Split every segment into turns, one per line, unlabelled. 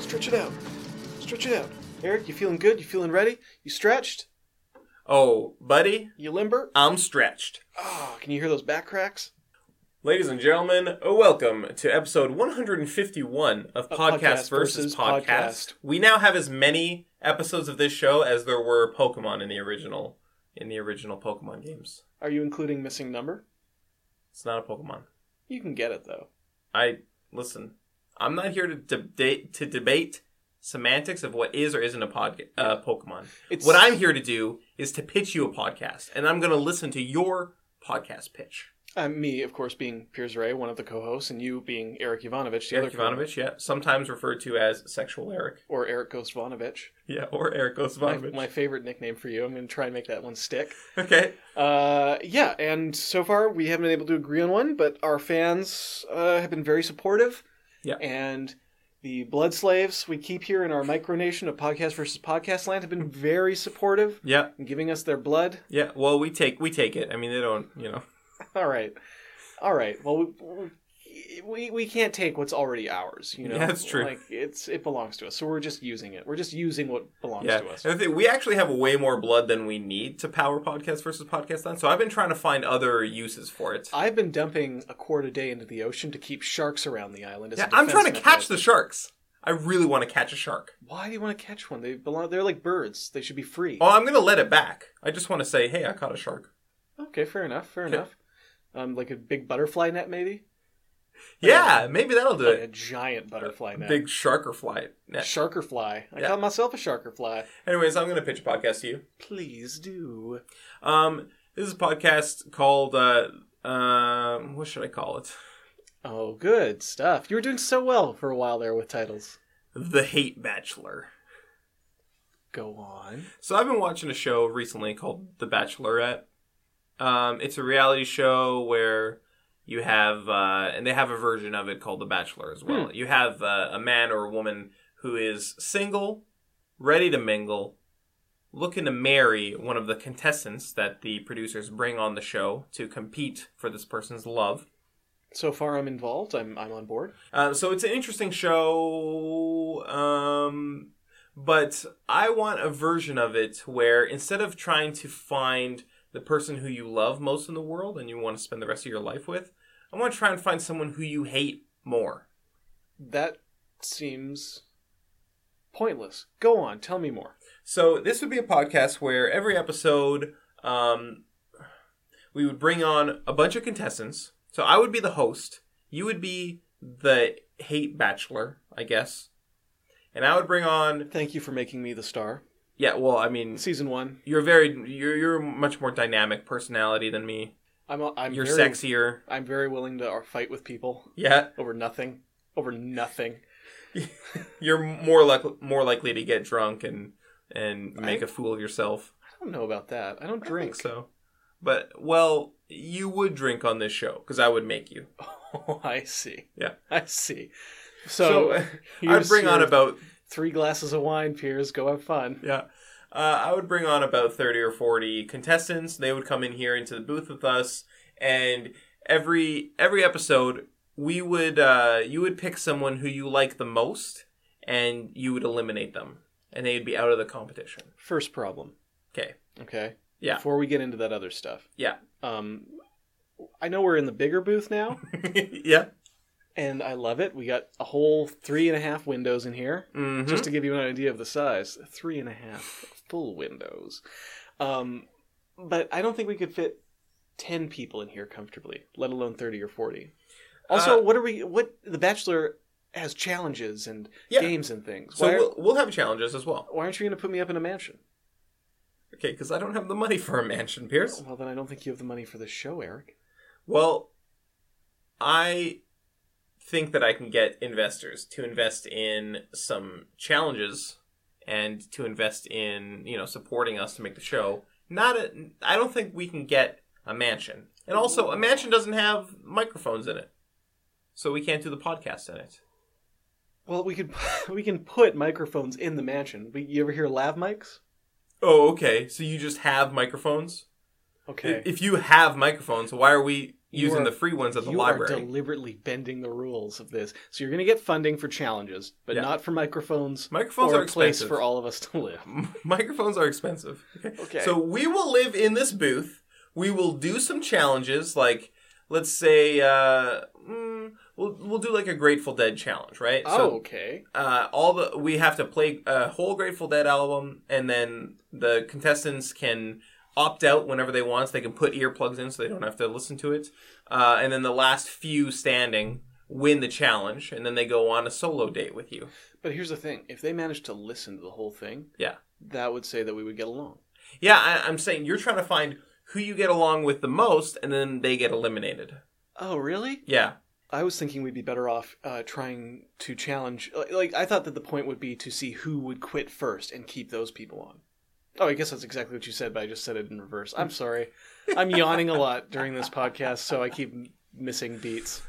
Stretch it out. Stretch it out. Eric, you feeling good? You feeling ready? You stretched?
Oh, buddy,
You limber?
I'm stretched.
Ah, can you hear those back cracks?
Ladies and gentlemen, welcome to episode 151 of Podcast,
Podcast
versus
versus
podcast.
Podcast.
We now have as many episodes of this show as there were Pokemon in the original in the original Pokemon games.
Are you including missing number?
It's not a Pokemon.
You can get it though.
I listen. I'm not here to debate to debate semantics of what is or isn't a pod, uh, Pokemon.
It's-
What I'm here to do is to pitch you a podcast, and I'm going to listen to your podcast pitch.
Uh, me, of course, being Piers Ray, one of the co-hosts, and you being Eric Ivanovich, the
Eric
other co-host.
Ivanovich, yeah, sometimes referred to as sexual Eric,
or Eric Ghost Ivanovich.
yeah, or Eric
My,
Ivanovich.
my favorite nickname for you. I'm going to try and make that one stick.
Okay,
Uh, yeah, and so far we haven't been able to agree on one, but our fans uh, have been very supportive.
Yeah.
And the blood slaves we keep here in our micronation of podcast versus podcast land have been very supportive
yeah,
in giving us their blood.
yeah. Well, we take we take it. I mean, they don't, you know.
All right. All right. Well, we, we, we can't take what's already ours, you know?
Yeah, that's true.
Like, it's, it belongs to us. So we're just using it. We're just using what belongs
Yeah,
to us.
and the thing, we actually have way more blood than we need to power podcast versus podcast. Then, so I've been trying to find other uses for it.
I've been dumping a quart a day into the ocean to keep sharks around the island. As a
Yeah, I'm
defense
trying to
mechanism.
catch the sharks. I really want to catch a shark.
Why do you want to catch one? They belong. They're like birds. They should be free.
Oh, I'm gonna let it back. I just want to say, hey, I caught a shark.
Okay, fair enough. Fair
Okay.
enough. Um, like a big butterfly net, maybe.
Yeah, maybe that'll do
Like a
it.
giant butterfly net.
Big shark or fly. Nah.
sharker fly. I
Yeah.
call myself a sharker fly.
Anyways, I'm gonna pitch a podcast to you.
Please do.
Um, this is a podcast called uh, um, what should I call it?
Oh, good stuff. You were doing so well for a while there with titles.
The Hate Bachelor.
Go on.
So I've been watching a show recently called The Bachelorette. Um, it's a reality show where you have, uh, and they have a version of it called The Bachelor as well. You have uh, a man or a woman who is single, ready to mingle, looking to marry one of the contestants that the producers bring on the show to compete for this person's love.
So far, I'm involved. I'm I'm on board.
Uh, so it's an interesting show, um, but I want a version of it where instead of trying to find the person who you love most in the world and you want to spend the rest of your life with, I want to try and find someone who you hate more.
That seems pointless. Go on. Tell me more.
So this would be a podcast where every episode um, we would bring on a bunch of contestants. So I would be the host. You would be the hate bachelor, I guess. And I would bring on
Thank you for making me the star.
yeah. Well, I mean,
Season one.
you're very you're you're a much more dynamic personality than me.
I'm a, I'm
You're
very,
sexier.
I'm very willing to uh, fight with people
Yeah,
over nothing, over nothing.
you're more like more likely to get drunk and and make a fool of yourself.
I don't know about that. I don't
I think
drink.
so. But well, you would drink on this show because I would make you.
Oh, I see.
Yeah.
I see. So,
I'd
here's
bring on
your
about
three glasses of wine, Piers. Go have fun.
yeah. Uh, I would bring on about thirty or forty contestants. They would come in here into the booth with us, and every every episode we would uh, you would pick someone who you like the most, and you would eliminate them, and they'd be out of the competition.
First problem.
Okay.
Okay.
Yeah.
Before we get into that other stuff.
Yeah.
Um, I know we're in the bigger booth now,
yeah.
and I love it. We got a whole three and a half windows in here.
Mhm.
Just to give you an idea of the size, three and a half full windows. Um, but I don't think we could fit ten people in here comfortably, let alone thirty or forty. Also,
Uh,
what are we? What the Bachelor has challenges and
Yeah.
games and things.
so
Why,
we'll, we'll have challenges as well.
why aren't you going to put me up in a mansion?
Okay, because I don't have the money for a mansion, Pierce.
Well, then I don't think you have the money for this show, Eric.
Well, I think that I can get investors to invest in some challenges and to invest in, you know, supporting us to make the show. Not a, I don't think we can get a mansion. And also, a mansion doesn't have microphones in it. So we can't do the podcast in it.
Well, we could we can put microphones in the mansion. We, you ever hear lav mics?
Oh, okay. So you just have microphones?
Okay.
If you have microphones, why are we using
are-
the free ones at the
you are
library.
deliberately bending the rules of this. So you're going to get funding for challenges, but
Yeah.
not for microphones.
Microphones
or
are
a place
expensive.
for all of us to live.
Microphones are expensive.
Okay.
So we will live in this booth. We will do some challenges, like let's say uh, mm, we'll we'll do like a Grateful Dead challenge, right?
oh, okay.
So uh, all the we have to play a whole Grateful Dead album, and then the contestants can opt out whenever they want. So they can put earplugs in, so they don't have to listen to it. Uh, and then the last few standing win the challenge, and then they go on a solo date with you.
But here's the thing: if they managed to listen to the whole thing,
Yeah.
that would say that we would get along.
Yeah, I, I'm saying you're trying to find who you get along with the most, and then they get eliminated.
Oh, really?
Yeah,
I was thinking we'd be better off uh, trying to challenge. Like, like, I thought that the point would be to see who would quit first and keep those people on. Oh, I guess that's exactly what you said, but I just said it in reverse. I'm sorry. I'm yawning a lot during this podcast, so I keep m- missing beats.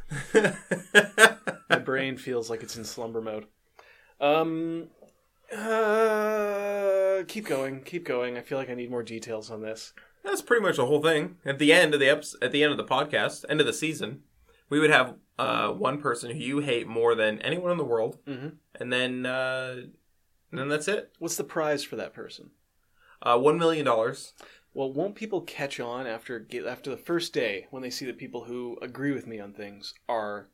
My brain feels like it's in slumber mode. Um, uh, keep going, keep going. I feel like I need more details on this.
that's pretty much the whole thing. At the end of the eps- at the end of the podcast, end of the season, we would have uh, one person who you hate more than anyone in the world,
Mhm.
and then uh, and then that's it.
What's the prize for that person?
Uh, One million dollars.
Well, won't people catch on after get, after the first day when they see that people who agree with me on things are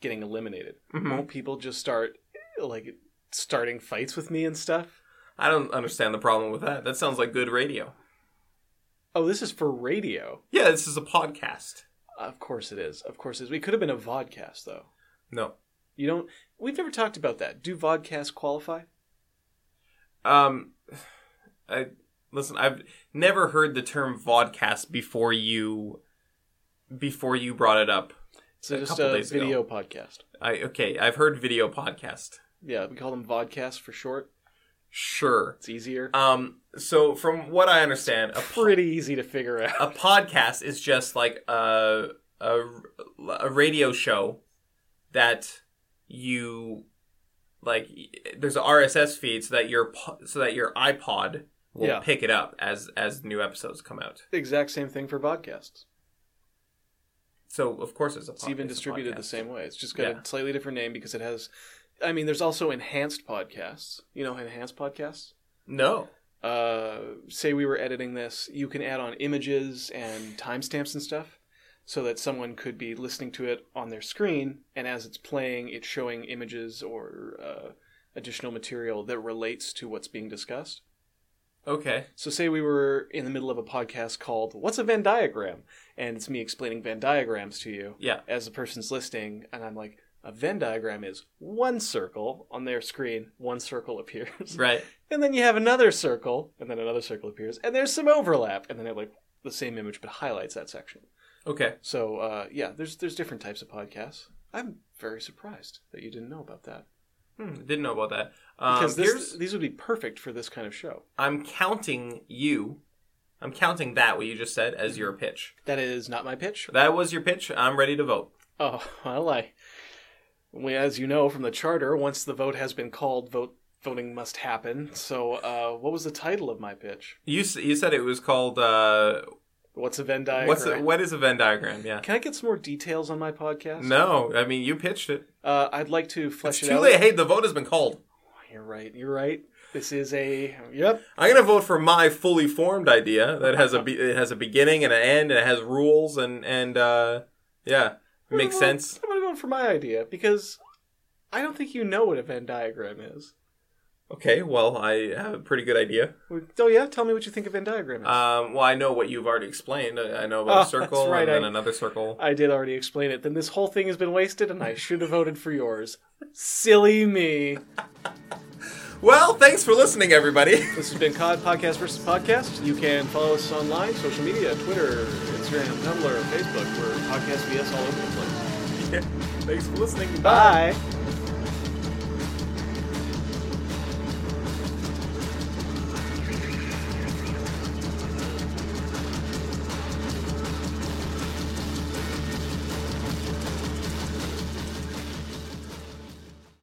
getting eliminated?
Mhm.
Won't people just start like starting fights with me and stuff?
I don't understand the problem with that. That sounds like good radio.
Oh, this is for radio.
Yeah, this is a podcast.
Of course it is. Of course it is. We could have been a vodcast though.
No.
You don't. We've never talked about that. Do vodcasts qualify?
Um, I listen. I've never heard the term vodcast before you before you brought it up.
It's a
A
just
couple
a
days ago.
video podcast.
I okay. I've heard video podcast.
Yeah, we call them vodcasts for short.
Sure.
It's easier. Uh,
Um. So from what I understand, a po-
Pretty easy to figure out.
a podcast is just like a a a radio show that you like. There's an RSS feed so that your po- so that your iPod will
Yeah.
pick it up as as new episodes come out.
The exact same thing for podcasts.
So of course it's a.
It's even distributed the
same.
same way. It's just got
Yeah.
a slightly different name because it has. I mean, there's also enhanced podcasts. You know, enhanced podcasts.
No.
Uh, say we were editing this, you can add on images and timestamps and stuff, so that someone could be listening to it on their screen, and as it's playing, it's showing images or uh, additional material that relates to what's being discussed.
Okay.
So, say we were in the middle of a podcast called What's a Venn Diagram? And it's me explaining Venn diagrams to you
Yeah.
as the person's listening, and I'm like, a Venn diagram is one circle on their screen, one circle appears.
Right.
And then you have another circle, and then another circle appears, and there's some overlap, and then it like the same image but highlights that section.
Okay.
So uh, yeah, there's there's different types of podcasts. I'm very surprised that you didn't know about that.
Hmm, didn't know about that. Um,
Because
here's-
this, these would be perfect for this kind of show.
I'm counting you. I'm counting that what you just said as your pitch.
That is not my pitch.
That was your pitch. I'm ready to vote.
Oh, well, I. We, as you know from the charter, once the vote has been called, vote voting must happen. So, uh, what was the title of my pitch?
You s- you said it was called uh,
What's a Venn diagram?
what's a, what is a Venn diagram? Yeah.
Can I get some more details on my podcast?
No, I mean you pitched it.
Uh, I'd like to
It's
flesh it
too
out. Oh,
late. Hey, the vote has been called.
You're right. You're right. This is a yep.
I'm gonna vote for my fully formed idea that has a be- it has a beginning and an end and it has rules and and uh, yeah, makes
I'm gonna-
sense.
I'm gonna go for my idea because I don't think you know what a Venn diagram is.
Okay, well I have a pretty good idea.
Oh yeah, tell me what you think a Venn diagram is.
Um, well, I know what you've already explained. I I know about
Oh,
a circle
that's right,
and then
I-
another circle.
I did already explain it. Then this whole thing has been wasted, and I should have voted for yours. Silly me.
Well, thanks for listening, everybody.
This has been COD Podcast versus Podcast. You can follow us online, social media, Twitter, Instagram, Tumblr, Facebook. We're Podcast VS all over the place.
thanks for listening.
Bye.